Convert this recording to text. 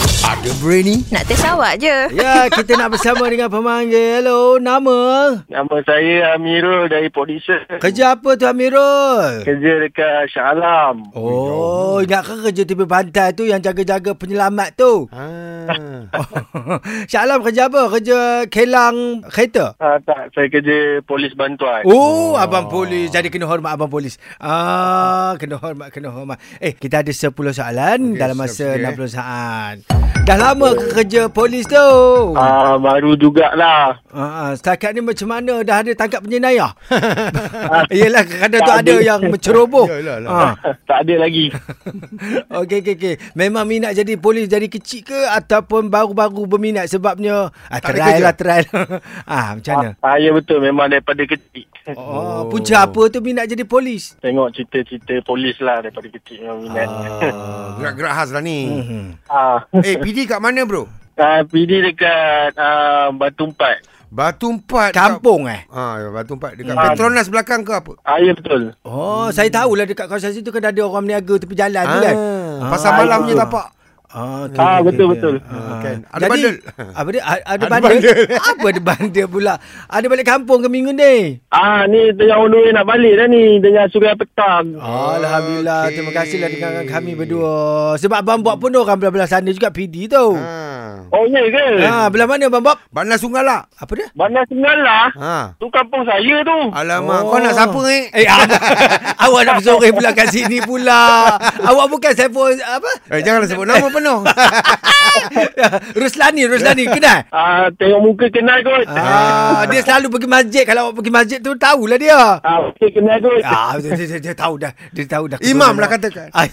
Ada brain ni. Nak test awak je. Ya, kita nak bersama dengan pemanggil. Hello, nama? Nama saya Amirul dari Podisa. Kerja apa tu Amirul? Kerja dekat Shah Alam. Oh, ingat ke kerja tepi pantai tu yang jaga-jaga penyelamat tu? Ah. Shah Alam kerja apa? Kerja kelang kereta? Ah, tak, saya kerja polis bantuan. Oh, abang polis. Jadi kena hormat abang polis. Ah, kena hormat, kena hormat. Eh, kita ada 10 soalan okay, Okey, dalam masa siap-siap, eh. 60 saat. Dah lama ke kerja polis tu? Ah, Ah, baru jugalah. ah, setakat ni macam mana dah ada tangkap penjenayah? Yelah, kadang tu ada yang menceroboh. Yalah lah. Ah. tak ada lagi. Okey, okey, okey. Memang minat jadi polis dari kecil ke ataupun baru-baru berminat sebabnya ah, Tak ada try kerja. lah, try lah. ah, macam mana? Ah, ya betul memang daripada kecil. Oh, punca apa tu minat jadi polis? Tengok cerita-cerita polis lah daripada kecil memang minat. Ah, Gerak-gerak khas lah ni. Hmm. Ah, Eh, PD kat mana bro? ah PD dekat ah, Batu Empat. Batu Empat. Kampung eh? Dekat, ah, Batu Empat dekat Petronas belakang ke apa? Ah, ya betul. Oh, hmm. saya tahulah dekat kawasan situ kan ada orang berniaga tepi jalan tu kan. Ah, pasar malam punya tapak. Ah, okay, Ah, betul, betul. Kan. Ada Ada Jadi, bandel. Apa dia? A- Ada, Ada bandel. bandel. apa ada bandel pula? Ada balik kampung ke minggu ni? Ah, ni tengah on the way nak balik dah ni dengan suria petang. Ah. Oh, Alhamdulillah. Okey. Terima kasihlah dengan kami berdua. Sebab Abang Bob pun orang belah-belah sana juga PD tu. Ha, Ah. Oh, ya ke? ah, belah mana Abang Bob? Bandar Sungai lah. Apa dia? Bandar Senggalah. Ah. Ha. Tu kampung saya tu. Alamak, kau nak siapa eh? Eh, apa? awak nak bersoreh pula kat sini pula. awak bukan siapa apa? Eh, janganlah sebut nama penuh. Ruslani, Ruslani kenal? Ah, tengok muka kenal kot. Ah, dia selalu pergi masjid. Kalau awak pergi masjid tu tahulah dia. Ah, muka kenal kot. Ah, lah dia, dia, dia, dia tahu dah. Dia tahu dah. Imam lah katakan. Ah.